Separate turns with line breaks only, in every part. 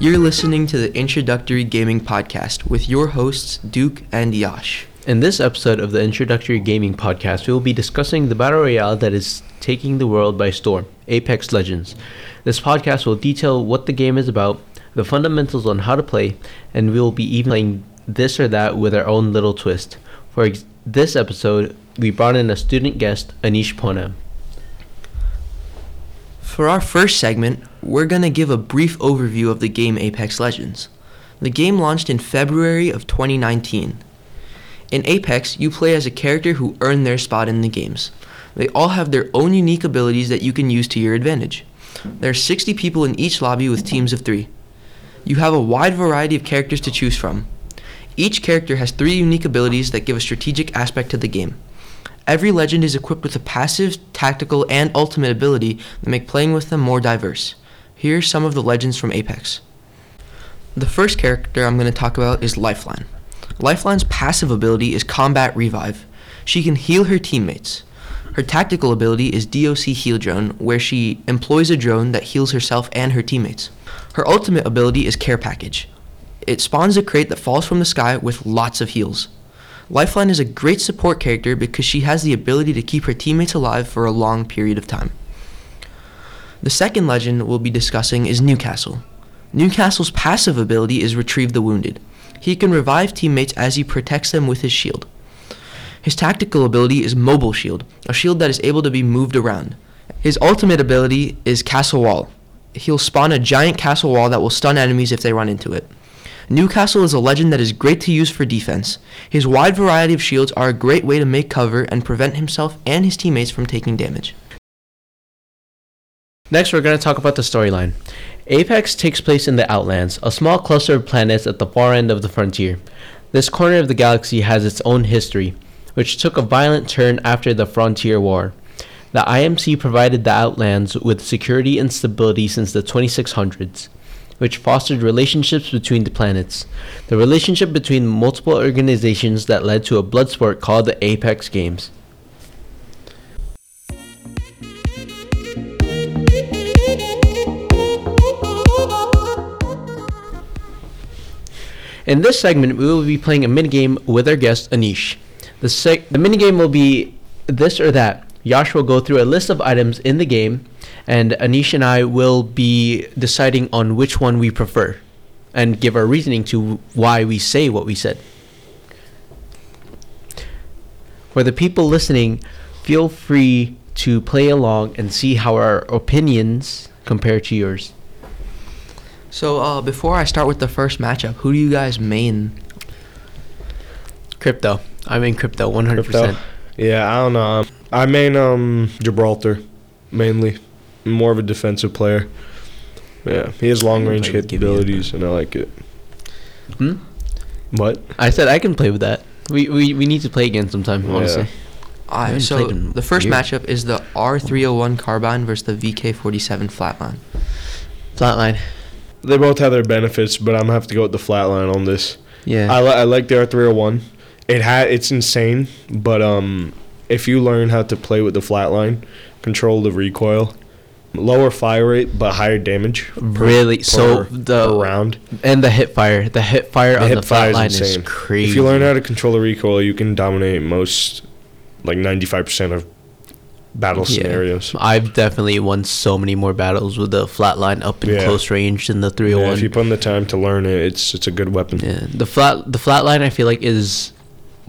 You're listening to the Introductory Gaming Podcast with your hosts, Duke and Yash.
In this episode of the Introductory Gaming Podcast, we will be discussing the battle royale that is taking the world by storm Apex Legends. This podcast will detail what the game is about, the fundamentals on how to play, and we will be even playing this or that with our own little twist. For ex- this episode, we brought in a student guest, Anish Pona.
For our first segment, we're going to give a brief overview of the game Apex Legends. The game launched in February of 2019. In Apex, you play as a character who earned their spot in the games. They all have their own unique abilities that you can use to your advantage. There are 60 people in each lobby with teams of three. You have a wide variety of characters to choose from. Each character has three unique abilities that give a strategic aspect to the game. Every legend is equipped with a passive, tactical, and ultimate ability that make playing with them more diverse. Here are some of the legends from Apex. The first character I'm going to talk about is Lifeline. Lifeline's passive ability is Combat Revive. She can heal her teammates. Her tactical ability is DOC Heal Drone, where she employs a drone that heals herself and her teammates. Her ultimate ability is Care Package. It spawns a crate that falls from the sky with lots of heals. Lifeline is a great support character because she has the ability to keep her teammates alive for a long period of time. The second legend we'll be discussing is Newcastle. Newcastle's passive ability is Retrieve the Wounded. He can revive teammates as he protects them with his shield. His tactical ability is Mobile Shield, a shield that is able to be moved around. His ultimate ability is Castle Wall. He'll spawn a giant castle wall that will stun enemies if they run into it. Newcastle is a legend that is great to use for defense. His wide variety of shields are a great way to make cover and prevent himself and his teammates from taking damage.
Next, we're going to talk about the storyline. Apex takes place in the Outlands, a small cluster of planets at the far end of the frontier. This corner of the galaxy has its own history, which took a violent turn after the Frontier War. The IMC provided the Outlands with security and stability since the 2600s, which fostered relationships between the planets. The relationship between multiple organizations that led to a blood sport called the Apex Games. In this segment, we will be playing a minigame with our guest Anish. The seg- the minigame will be this or that. Yash will go through a list of items in the game, and Anish and I will be deciding on which one we prefer, and give our reasoning to why we say what we said. For the people listening, feel free to play along and see how our opinions compare to yours.
So uh, before I start with the first matchup, who do you guys main?
Crypto. I'm in crypto 100%.
Crypto. Yeah, I don't know. Um, I main um Gibraltar, mainly. I'm more of a defensive player. Yeah, he has long range
Like, give me a-
capabilities, and I like it.
Hmm?
What?
I said I can play with that. We we, we need to play again sometime,
Yeah.
honestly.
I
haven't
so
played in
the first
years.
matchup is the R301 carbine versus the VK47 flatline.
Flatline.
They both have their benefits, but I'm gonna have to go with the flatline on this.
Yeah.
I, li- I like the R301. It had it's insane, but um, if you learn how to play with the flatline, control the recoil, lower fire rate but higher damage. per-
Really? So
per-
the-
per round.
and the hip fire. The hip fire on
hip
the
fire is
flatline is,
insane.
crazy.
If you learn how to control the recoil, you can dominate most, like 95% of battle
Yeah.
scenarios.
I've definitely won so many more battles with the flatline up in
Yeah.
close range than the
Yeah,
301.
if you put in the time to learn it, it's it's a good weapon.
Yeah, the flat the flatline I feel like is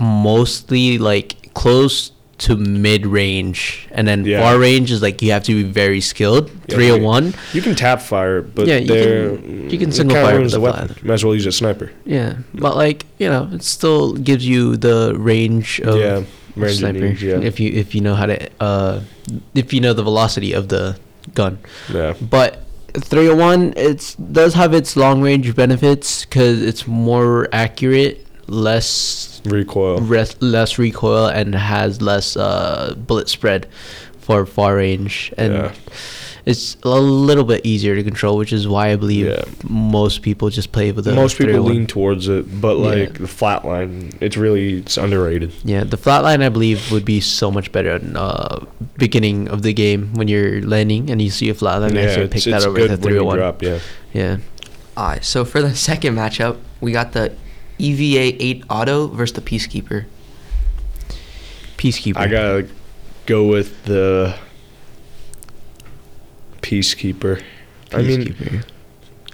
mostly like close to mid range, and then
Yeah.
far range is like you have to be very skilled.
Yeah,
Three hundred one.
You can tap fire, but
Yeah,
yeah,
you
they're
can- you can
it
single
kinda
fire
ruins
with
the
the
weapon. Might as well use a sniper.
Yeah, but like you know, it still gives you the range of
yeah, range it
Oh, sniper
needs, yeah.
if you if you know how to uh, if you know the velocity of the gun.
yeah.
But 301 it does have its long range benefits because it's more accurate, less
Recoil.
res- less recoil, and has less uh, bullet spread for far range and.
Yeah.
It's a little bit easier to control, which is why I believe
Yeah.
most people just play with the
Most people
301.
lean towards it, but
Yeah.
like the flatline, it's really it's underrated.
Yeah, the flatline I believe would be so much better in uh, beginning of the game when you're landing and you see a flatline next to you, pick that over oh to
when you
301.
drop, yeah.
Yeah.
Alright, so for the second matchup, we got the E EVA 8 Auto versus the Peacekeeper.
Peacekeeper.
I gotta go with the peacekeeper. I mean,
Peacekeeper.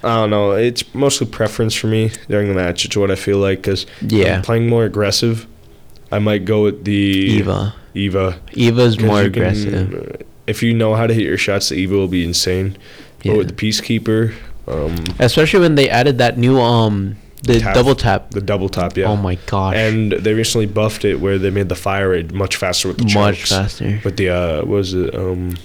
I don't know. It's mostly preference for me during the match. It's what I feel like because
yeah,
playing more aggressive, I might go with the
Eva.
Eva.
Eva's
'Cause
more
you can-
aggressive.
If you know how to hit your shots, the Eva will be insane.
Yeah.
But with the peacekeeper, um,
Especially when they added that new um the
Tap.
double tap.
the double top, yeah.
Oh my gosh.
And they recently buffed it where they made the fire rate much faster with the
much
chokes.
faster.
With the uh, what was it? Um,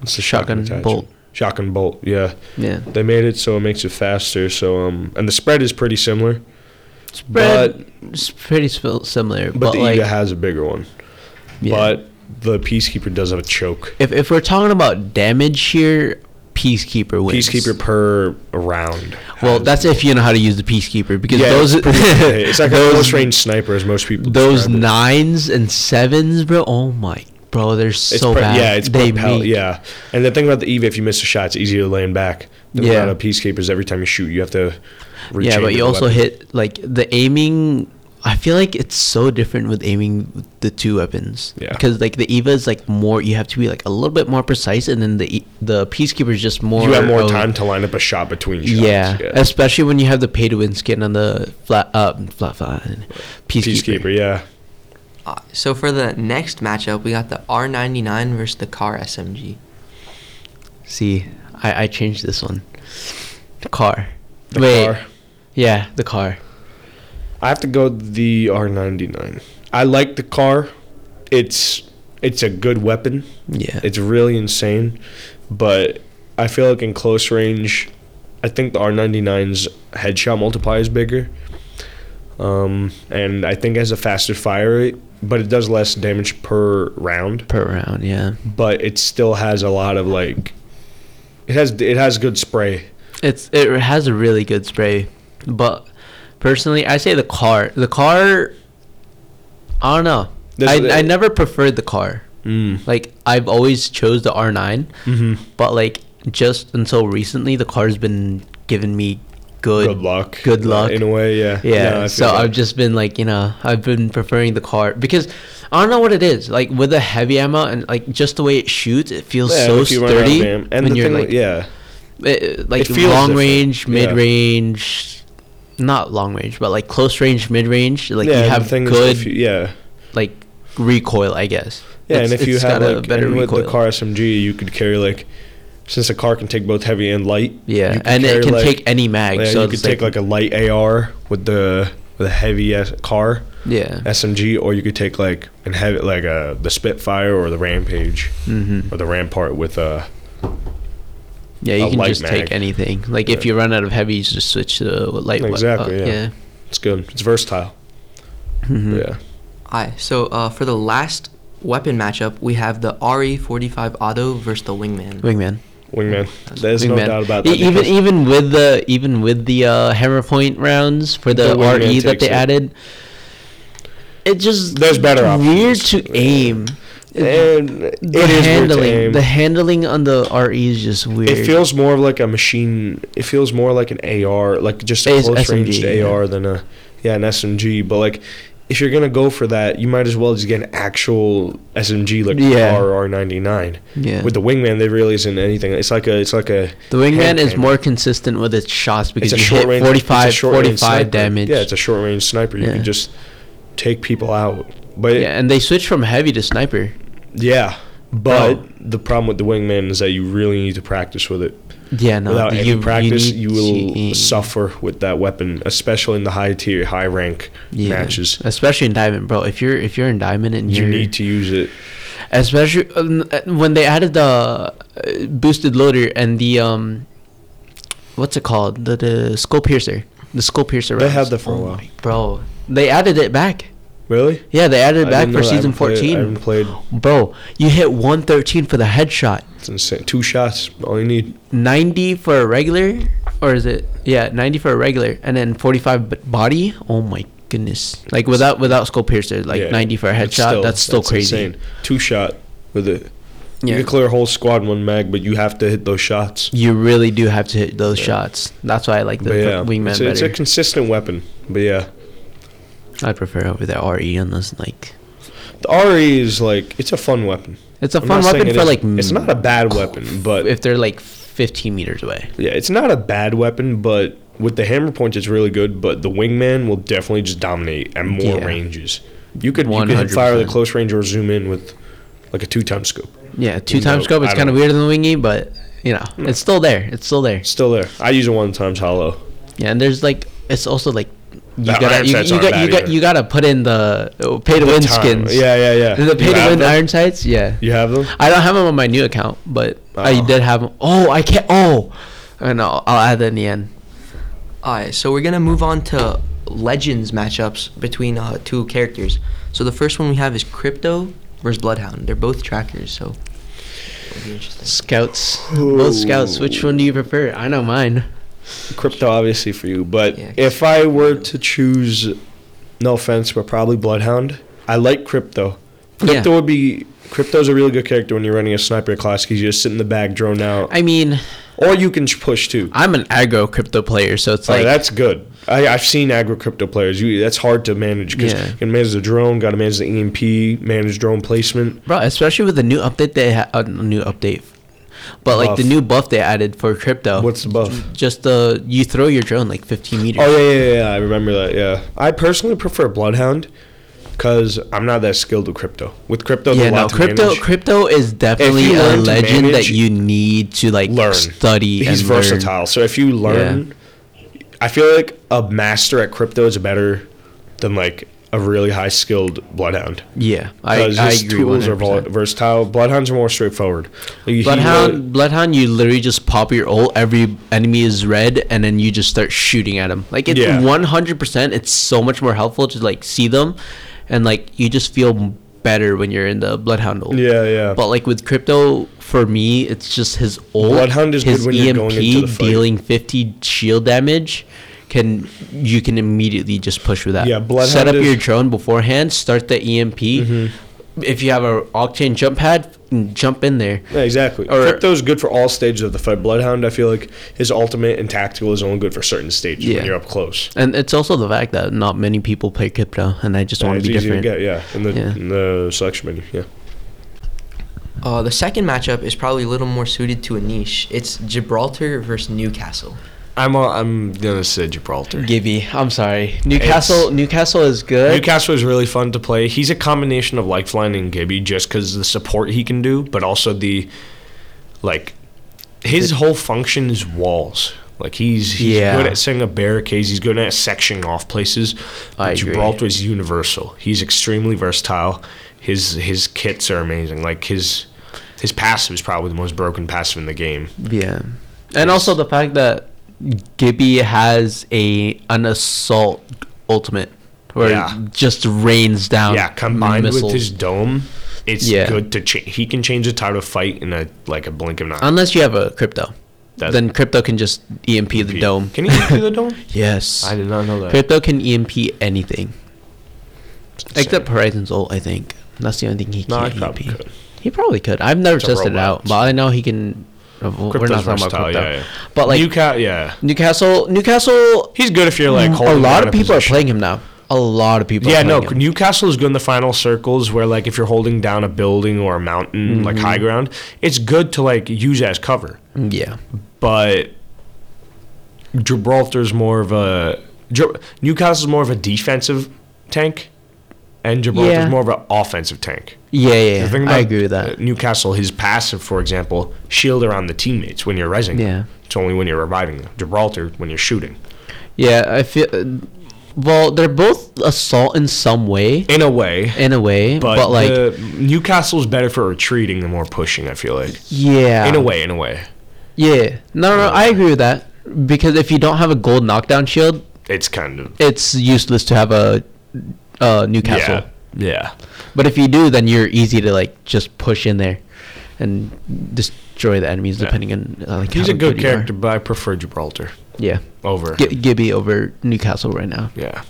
what's the
Shotgun
shotgun, attachment?
bolt.
Shotgun bolt. Yeah,
Yeah.
they made it so it makes it faster. So um, and the spread is pretty similar,
Spread it's pretty sim- similar,
but,
but,
the
like
Ega has a bigger one.
yeah.
But the peacekeeper does have a choke.
if if we're talking about damage here, peacekeeper wins.
Peacekeeper per round.
Well,
has-
that's if you know how to use the peacekeeper because
yeah,
those
it's, pretty, it's like a close range sniper, as most people.
those
describe it.
nines and sevens, bro. Oh my, bro, they're
It's
so
pre-
bad.
Yeah, it's
they
propel.
make-
Yeah, and the thing about the Eve, if you miss a shot, it's easier to land back. The
Yeah.
amount of peacekeepers every time you shoot, you have to.
yeah, but
rechange
you
the
also
weapon.
hit like the aiming. I feel like it's so different with aiming with the two weapons.
Yeah.
Because like the Eva is like more, you have to be like a little bit more precise, and then the E- the peacekeeper is just more.
you have more
of-
time to line up a shot between shots.
Yeah, especially when you have the pay to win skin on the flat, uh, flat, flat peacekeeper.
peacekeeper. Yeah,
Uh, so for the next matchup, we got the R99 versus the Car SMG.
See, I, I changed this one. The car.
the
Wait.
car.
Yeah, the car.
I have to go the R99. I like the car. It's it's a good weapon.
Yeah.
It's really insane, but I feel like in close range, I think the R99's headshot multiplier is bigger. Um, and I think it has a faster fire rate, but it does less damage per round.
per round, yeah.
But it still has a lot of like, it has it has good spray.
It's it has a really good spray, but personally, I say the car. The car. I don't know.
This-
I, I never preferred the car.
Mm.
Like I've always chose the R9,
Mm-hmm.
but like just until recently, the car's been giving me good.
good luck. uh,
good luck.
In a way, yeah.
Yeah,
I
so
feel
I've
that.
just been like, you know, I've been preferring the car because I don't know what it is. Like with the heavy ammo and like just the way it shoots, it feels
Yeah,
so
if you run out of
sturdy.
ammo- and
when
the
you're
thing,
like,
yeah,
it, like
It feels
long
different,
range,
yeah.
mid range, not long range, but like close range, mid range. Like
yeah,
you
the
have
thing is
good
if you- yeah,
like recoil, I guess.
yeah,
It's-
and if you
it's
have
got a
like and with the
recoil.
car SMG, you could carry like since a car can take both heavy and light.
yeah,
you could
and
carry,
it can
like-
take any mag.
yeah,
so
you could
it's
take like a light AR with the with a heavy S- car
yeah,
SMG, or you could take like and have it like uh the Spitfire or the Rampage
hmm
or the Rampart with uh
yeah,
a
you can
light
just
mag.
take anything. Like if
Yeah.
you run out of heavy, you just switch to light. wep-
Exactly,
uh,
yeah. it's good, it's versatile.
Mhm.
Yeah,
Alright, so uh, for the last weapon matchup, we have the RE45 Auto versus the Wingman.
Wingman.
wingman. There's no
Wingman.
doubt about
E-
that.
Even
because-
even with the even with the uh, hammer point rounds for the,
The wingman
RE that
takes
they
it.
added, it just
There's better
weird
options.
to aim.
and it is
the
weird to
handling,
aim.
the handling on the RE is just weird.
It feels more of like a machine. It feels more like an AR, like just a
It's
close range
SMG, yeah.
AR than a yeah an SMG. But like, if you're gonna go for that, you might as well just get an actual SMG like
Yeah.
R 99
yeah.
With the wingman, there really isn't anything. It's like a it's like a
the wingman
hand
is
cannon.
more consistent with its shots because
it's a
you
short
hit
range.
45,
it's a short range
45
sniper.
damage.
Yeah, it's a short range sniper. You
Yeah.
can just take people out. But
Yeah, and they switch from heavy to sniper.
yeah, but
Oh.
the problem with the wingman is that you really need to practice with it.
Yeah, no.
Without any practice,
need
you
to
will
aim.
suffer with that weapon, especially in the high tier, high rank
Yeah.
matches.
especially in diamond, bro. If you're if you're in diamond and
You
you're
need to use it.
especially um, uh, when they added the uh, boosted loader and the um what's it called the the skull piercer the skull piercer
They
rounds. Oh
had that for a while.
my- bro they added it back
Really?
yeah they added it
I
back
didn't know
for
that. I
season
haven't played- I
14
haven't played.
bro you hit 113 for the headshot
It's insane. Two shots, all you need.
90 for a regular or is it yeah 90 for a regular and then 45 b- body oh my goodness like without without skull piercer like
Yeah.
90 for a headshot
It's still-
that's still
that's
crazy
insane. Two shot with it. You can clear a whole squad in one mag, but you have to hit those shots.
You really do have to hit those shots. That's why I like the
But yeah,
wingman
it's,
better.
it's a consistent weapon. But yeah,
I prefer over the RE unless like
the RE is like it's a fun weapon.
it's a
I'm
fun
not saying
weapon
it
for
is-
like
It's not a bad weapon, but
if they're like 15 meters away.
yeah, it's not a bad weapon. But with the hammer punch, it's really good. But the wingman will definitely just dominate at more
Yeah.
ranges. You could you could hit fire the
100%.
close range or zoom in with like a two time scope.
Yeah, two
No,
times scope. It's
I
kind of
don't-
weirder than the wingy, but you know it's still there. It's still there.
It's still there. I use it one times hollow.
Yeah, and there's like it's also like you
The
gotta
iron
you,
sights
you
aren't
got
bad
you got
either.
you gotta put in the oh, pay to
The
win
time.
skins.
Yeah, yeah, yeah.
the pay
You
to
have
win
them?
iron sights. Yeah,
You have them?
I don't have them on my new account, but I
Oh.
did have them. Oh, I can't. Oh, I know. I'll add that in the end.
Alright, so we're gonna move on to legends matchups between uh, two characters. So the first one we have is Crypto versus Bloodhound. They're both trackers, so it'll be interesting.
Scouts, both scouts. Which one do you prefer? I know mine.
Crypto, obviously, for you. But
Yeah.
if I were to choose, no offense, but probably Bloodhound, I like Crypto.
Yeah.
Crypto would be. Crypto's a really good character when you're running a sniper class because you just sit in the back, drone out.
I mean,
or you can push too.
I'm an aggro crypto player, so it's
Oh,
like
that's good. I, I've seen agro crypto players. You, that's hard to manage because
Yeah.
you can manage the drone, got to manage the EMP, manage drone placement.
Bro, especially with the new update they had, uh, new update, but like the
Buff.
new buff they added for crypto.
What's the buff?
Just the you throw your drone like 15 meters.
Oh yeah, yeah, yeah, yeah. I remember that. Yeah, I personally prefer Bloodhound because I'm not that skilled with crypto. With crypto,
yeah,
yeah,
no, crypto
manage.
crypto is definitely
you
a
learn to
legend that
manage,
you need to like
learn.
study
He's
and
versatile. So if you learn, I feel like a master at crypto is better than like a really high skilled Bloodhound.
Learn. Yeah, I,
Because
I
his
agree.
tools are
100%.
vol- versatile. Bloodhounds are more straightforward. Like, he
Bloodhound, Bloodhound, you literally just pop your ult. Every enemy is red, and then you just start shooting at them. Like it's
Yeah.
one hundred percent. It's so much more helpful to like see them, and like you just feel better when you're in the Bloodhound ult.
Yeah, yeah.
But like with crypto, for me, it's just his ult.
Bloodhound is good
his E
when you're going into the fight.
dealing fifty shield damage. Can you can immediately just push with that?
Yeah, Bloodhound
Set up
is- Mm-hmm.
your drone beforehand. Start the EMP. If you have a octane jump pad, jump in there.
Yeah, exactly.
Or-
Crypto's good for all stages of the fight. Bloodhound, I feel like his ultimate and tactical is only good for certain stages
Yeah.
when you're up close.
And it's also the fact that not many people play crypto, and I just
Yeah,
want
it's
to be
easy
different.
to get, yeah, in the,
Yeah.
in the selection menu. Yeah.
Uh, the second matchup is probably a little more suited to a niche. It's Gibraltar versus Newcastle.
I'm i I'm gonna say Gibraltar.
Gibby, I'm sorry. Newcastle, Newcastle is good.
Newcastle
is really fun to play. He's a combination of Lifeline and Gibby just because the support he can do, but also the like his whole function is walls. Like he's he's
Yeah.
good at setting up barricades. He's good at sectioning off places.
I
But
agree.
Gibraltar is universal. He's extremely versatile. His his kits are amazing. Like his his passive is probably the most broken passive in the game.
yeah, and also the fact that Gibby has a an assault ultimate, where
Yeah.
it just rains down.
yeah, combined
missiles.
with his dome, it's
Um, Yeah.
good to change. He can change the tide of fight in a like a blink of an eye.
Unless you have a crypto,
That-
then crypto can just EMP the dome.
E Can he do the dome?
Yes,
did not know
crypto can EMP anything except Horizon's ult. I think that's the only thing he E
No, I
can't EMP.
probably could.
He probably could. I've never
It's a
tested it
robot.
out, but I know he can. uh, well, We're
Crypto's
not talking about
versatile,
crypto,
yeah, yeah.
but like
Newca- yeah,
Newcastle, Newcastle.
he's good if you're like
A
holding
lot
down
of people are
position.
playing him now. A lot of people.
Yeah,
are
no,
playing him.
Newcastle is good in the final circles where like if you're holding down a building or a mountain,
Mm-hmm.
like high ground, it's good to like use as cover.
yeah,
but Gibraltar's more of a Gi- Newcastle's more of a defensive tank, and Gibraltar's
Yeah.
more of an offensive tank.
yeah, yeah.
The
yeah.
thing
I
about,
agree with that.
uh, Newcastle, his passive, for example, shield around the teammates when you're resing. them.
Yeah.
it's only when you're reviving them. Gibraltar when you're shooting.
Yeah, I feel. uh, Well, they're both assault in some way,
In a way,
in a way,
but,
but, like,
the, Newcastle's better for retreating than more pushing. I feel like.
yeah,
In a way, in a way,
yeah. No, no, no, I agree with that because if you don't have a gold knockdown shield,
it's kind of
it's useless to have a uh, Newcastle.
yeah, yeah.
But if you do, then you're easy to like just push in there and destroy the enemies,
Yeah.
depending on uh, like
He's
how
a good
you are.
character, but I prefer Gibraltar
Yeah,
over.
G- Gibby over Newcastle right now,
yeah.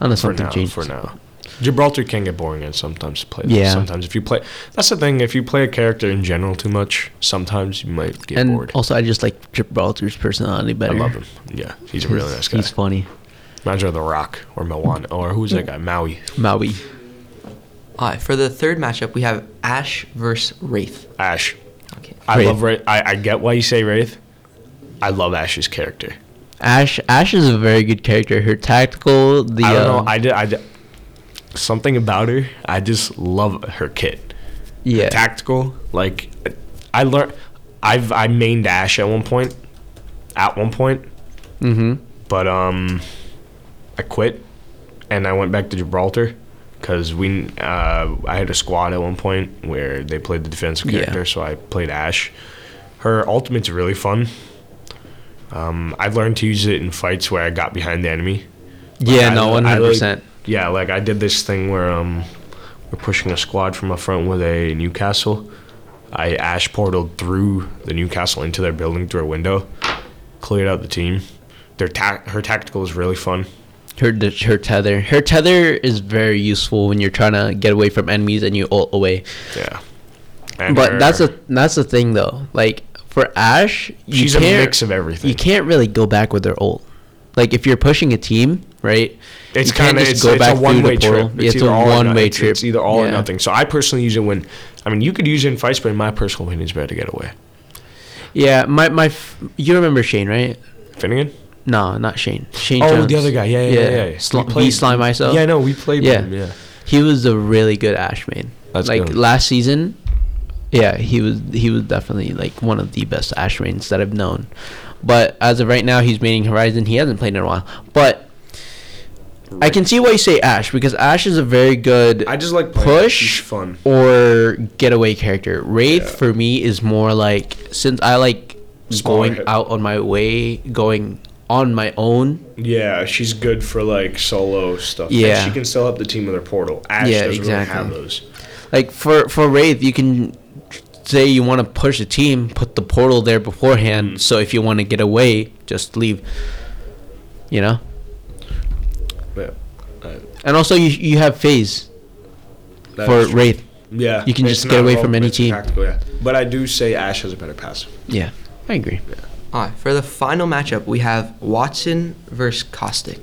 unless
for
something
now,
changes.
For now. Gibraltar can get boring at sometimes to play.
Yeah.
Sometimes if you play, that's the thing. If you play a character in general too much, sometimes you might get
and
bored.
also, I just like Gibraltar's personality
I
better.
love him. Yeah, he's a really nice guy.
He's funny.
Reminds me of The Rock or Moana or who's that guy? Maui.
Maui.
All right, for the third matchup, we have Ash versus Wraith.
Ash.
Okay.
I
Wraith.
love Wraith. I, I get why you say Wraith. I love Ash's character.
Ash. Ash is a very good character. Her tactical. The
I don't
uh,
know. I did. I did. Something about her. I just love her kit.
yeah.
Tactical. Like I learned. I've I mained Ash at one point. At one point,
mm-hmm.
but um, I quit, and I went back to Gibraltar. Cause we, uh, I had a squad at one point where they played the defensive
Yeah.
character, so I played Ash. Her ultimate's really fun. Um, I've learned to use it in fights where I got behind the enemy,
Yeah.
I
no.
li-
One
I
hundred
like-
percent.
yeah, like I did this thing where um we're pushing a squad from up front with a Newcastle. I ash portaled through the Newcastle into their building through a window, cleared out the team. Their tac her tactical is really fun.
Her d- her tether. Her tether is very useful when you're trying to get away from enemies and you ult away.
Yeah. And
but
her-
that's a that's the thing though. Like for Ash, you
she's a
can't,
mix of everything.
You can't really go back with her ult. Like if you're pushing a team, right?
it's
you can't
kind of
just
it's,
go
it's
back
a
through
one
the
way
portal.
trip.
Yeah, it's a
either all or no-
one-way
it's- It's
trip.
either all or
Yeah.
nothing. So I personally use it when, I mean, you could use it in fights, but in my personal opinion, it's better to get away.
Yeah, my my, f- you remember Shane, right?
Finnegan.
No, not Shane. Shane.
Oh,
Jones.
the other guy. Yeah, yeah, yeah. yeah, yeah.
Sli-
We played-
the slime myself.
Yeah, no, we played. with
Yeah.
him, yeah.
He was a really good Ash main.
That's
like
good.
last season. Yeah, he was he was definitely like one of the best Ash mains that I've known. But as of right now, he's maining Horizon. He hasn't played in a while, but I can see why you say Ash because Ash is a very good
I just like
Push.
She's fun.
or getaway character. Wraith
Yeah.
for me is more like since I like
Smaller
going
hit.
out on my way, going on my own
Yeah, she's good for like solo stuff. And
Yeah.
she can still help the team with her portal. Ash
Yeah,
doesn't
exactly.
really have those.
Like for for Wraith, you can say you want to push a team, put the portal there beforehand.
Mm.
So if you want to get away, just leave. You know,
Yeah,
and also you you have phase
uh, that
for
is true.
Wraith.
yeah,
you can
it's
just get
not
away
all-
from any
it's a
team.
tactical, yeah. But I do say Ash has a better passive.
Yeah, I agree.
All right, for the final matchup, we have Watson versus Caustic.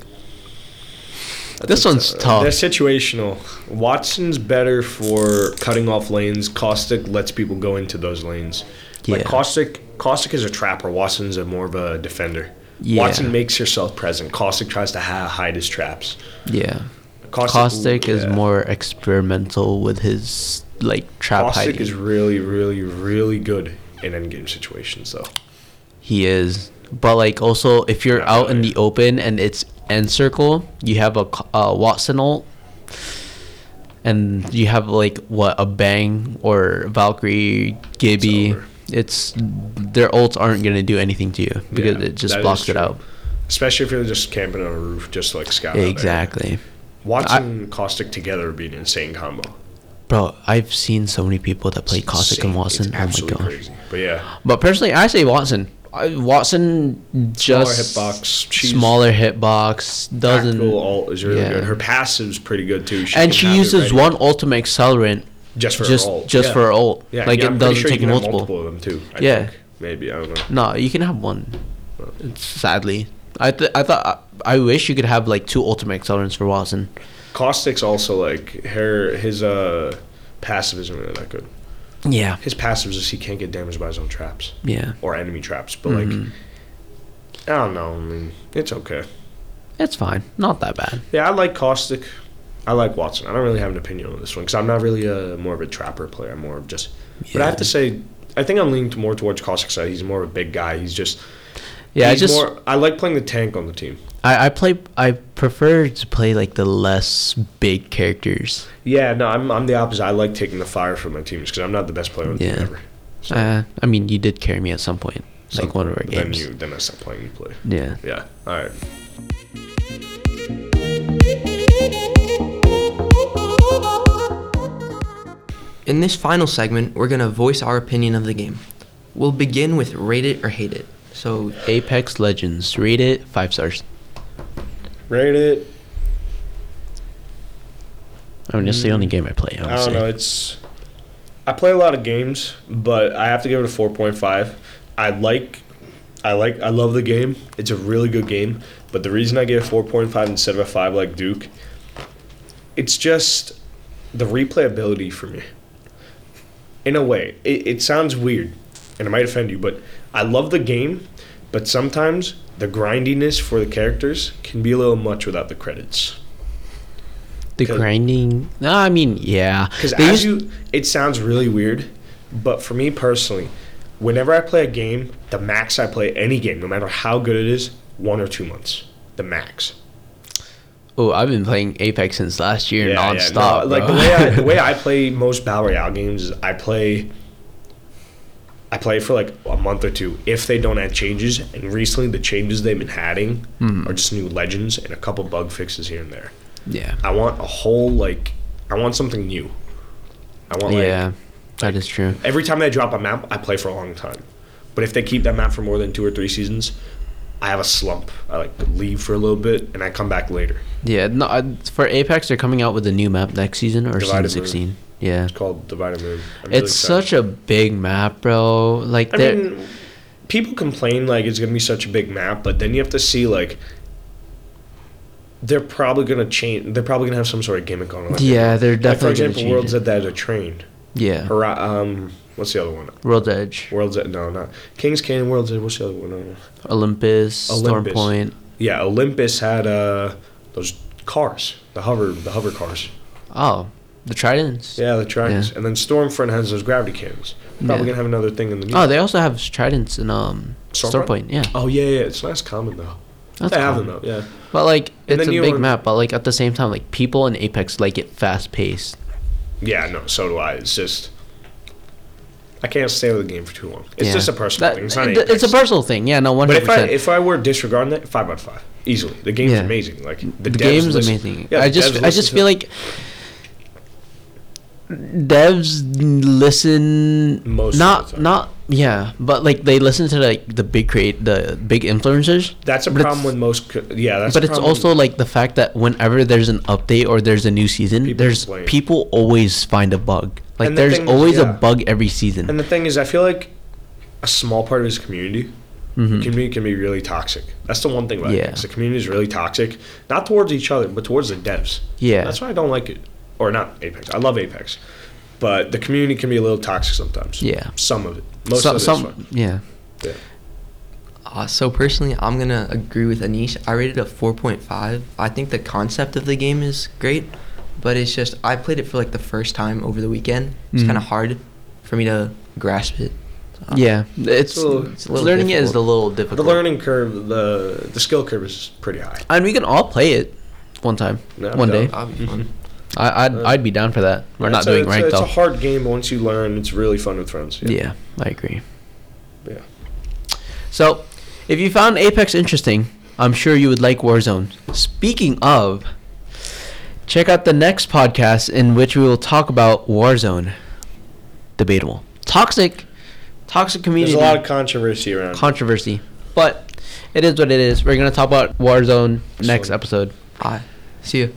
This one's tough.
uh, They're situational. Watson's better for cutting off lanes. Caustic lets people go into those lanes.
Yeah.
Like Caustic, Caustic is a trapper. Watson's a more of a defender.
Yeah.
Watson makes herself present. Caustic tries to ha- hide his traps.
yeah,
Caustic,
Caustic is
yeah.
more experimental with his like trap
Caustic
hiding.
is really, really, really good in endgame situations, though.
he is, but like also if you're
Yeah,
out in
yeah.
the open and it's end circle, you have a, co- a Watson ult, and you have like what a bang or Valkyrie, Gibby.
over.
It's their ults aren't gonna do anything to you because
Yeah,
it just
that is
blocks it
true.
out.
Especially if you're just camping on a roof, just like Scott. out there.
Exactly,
Watson and Caustic together would be an insane combo.
bro. I've seen so many people that play Caustic and
Insane. It's
Watson. Oh my
absolutely
gosh.
crazy. But yeah,
But personally, I say Watson. I, Watson just
hitbox. She's-
smaller hitbox doesn't.
tactical alt is really
yeah.
good. Her passive's pretty good too.
and
can
she
have it
uses
ready
one ultimate accelerant
just for her
just
ult.
just
Yeah.
for her ult.
Yeah,
like
yeah,
it
I'm pretty
doesn't
sure you
take
can have
multiple.
multiple of them too. I
Yeah.
think. maybe I don't know.
No, you can have one. It's- Sadly, I th- I thought I wish you could have like two ultimate accelerants for Watson.
Caustic's also like her his uh passive isn't really that good.
Yeah,
His passive is just he can't get damaged by his own traps
yeah,
or enemy traps, but
Mm-hmm.
like. I don't know. I mean, it's okay.
it's fine. Not that bad.
Yeah, I like Caustic. I like Watson. I don't really have an opinion on this one because I'm not really a more of a trapper player. I'm more of just. But I have to say, I think I'm leaning to more towards Caustic side. He's more of a big guy. He's just.
Yeah, I
he's
just
More, I like playing the tank on the team.
I, I play I prefer to play like the less big characters.
Yeah, no, I'm I'm the opposite. I like taking the fire from my teams because I'm not the best player on the
Yeah.
team ever. So,
Uh, I mean, you did carry me at some point, like one of our
but then
games.
you then I stop playing. You play.
yeah.
Yeah. All right.
In this final segment, we're gonna voice our opinion of the game. We'll begin with rate it or hate it. So
Apex Legends. Rate it five stars.
Rate it.
I mean, it's the only game I play. I, would
Mm. I don't
say.
know. It's I play a lot of games, but I have to give it a four point five. I like, I like, I love the game. It's a really good game. But the reason I give it four point five instead of a five like Duke, it's just the replayability for me. In a way, it, it sounds weird, and it might offend you, but I love the game. But sometimes the grindiness for the characters can be a little much without the credits.
The
'Cause-
grinding. No, I mean, yeah.
Because
They
as
used-
you, it sounds really weird, but for me personally, whenever I play a game, the max I play any game, no matter how good it is, one or two months, the max.
oh, I've been playing Apex since last year,
Yeah, yeah,
nonstop.
no, like the
bro.
way I, the way I play most battle royale games is I play. I play for like a month or two if they don't add changes. And recently, the changes they've been adding
Hmm.
are just new legends and a couple bug fixes here and there.
yeah,
I want a whole like, I want something new. I want like
yeah, that is true.
Every time they drop a map, I play for a long time. But if they keep that map for more than two or three seasons, I have a slump. I like leave for a little bit and I come back later.
Yeah, no, I, for Apex, they're coming out with a new map next season or season
Divided
sixteen. Yeah,
It's called Divide and Move. I'm really
it's
excited.
such a big map, bro. Like,
I
they're-
mean, people complain like it's gonna be such a big map, but then you have to see like they're probably gonna change. They're probably gonna have some sort of gimmick on it. Like,
yeah, they're
like for
definitely gonna
example,
change
Worlds
it.
at that are trained.
yeah,
Hor- um, what's the other one?
World's Edge,
Worlds at no, not Kings Canyon. Worlds at what's the other one? Uh,
Olympus,
Olympus.
Stormpoint.
Yeah, Olympus had uh those cars, the hover the hover cars.
Oh, the Tridents.
Yeah, the tracks. And then Stormfront has those gravity cannons. Probably
Yeah.
gonna have another thing in the new.
Oh, they also have Tridents and um
Stormfront?
Stormpoint. Yeah,
oh yeah, yeah. It's nice common though.
that's
they have
cool.
them though. Yeah.
But like,
And
it's a
then you
big
wanna-
map. But like at the same time, like people in Apex like it fast paced.
Yeah. No. So do I. It's just. I can't stay with the game for too long. It's
Yeah.
just a personal
That-
thing. It's not
it- it's a
personal.
personal thing. Yeah, no, one
But
hundred
if I
percent.
if I were disregarding that, five out of five easily. The game's
Yeah.
amazing. Like the,
The
devs
game's
listen-
amazing.
Yeah,
I
the devs
just I
listen
just
to
feel
it.
like devs listen
Most of
not
the time.
not yeah, but like they listen to like the big create the big influencers.
that's a
but it's-
problem with most. co- Yeah, that's. a
but it's
problem-
also like the fact that whenever there's an update or there's a new season,
People
there's
complain.
people always find a bug. Like
And the
there's
thing is-
always
yeah.
a bug every season.
And the thing is, I feel like a small part of his community
Mhm.
can be can be really toxic. That's the one thing about
Yeah.
it. The community is really toxic, not towards each other, but towards the devs.
Yeah.
that's why I don't like it, or not Apex. I love Apex, but the community can be a little toxic sometimes.
Yeah.
some of it. Most
some,
of it is
some
fine.
yeah.
Uh, so personally, I'm gonna agree with Anish. I rated it a 4.5. I think the concept of the game is great, but it's just I played it for like the first time over the weekend. It's
Mhm.
kind of hard for me to grasp it. So,
Yeah, it's,
little-
it's a little
Uh-huh. learning it is a
difficult.
little difficult.
The learning curve, the the skill curve is pretty high.
and we can all play it one time,
No,
one
no.
day.
that'd be fun.
I, I'd
Uh,
I'd be down for that. We're not
It's a-
doing
it's a-
ranked
It's
though.
a hard game. but Once you learn, it's really fun with friends.
yeah. I agree.
Yeah.
So, if you found Apex interesting, I'm sure you would like Warzone. Speaking of, check out the next podcast in which we will talk about Warzone. Debatable, toxic, toxic
There's
community.
a lot of controversy around. it.
controversy, but it is what it is. We're gonna talk about Warzone next
Sorry.
episode.
Alright, see you.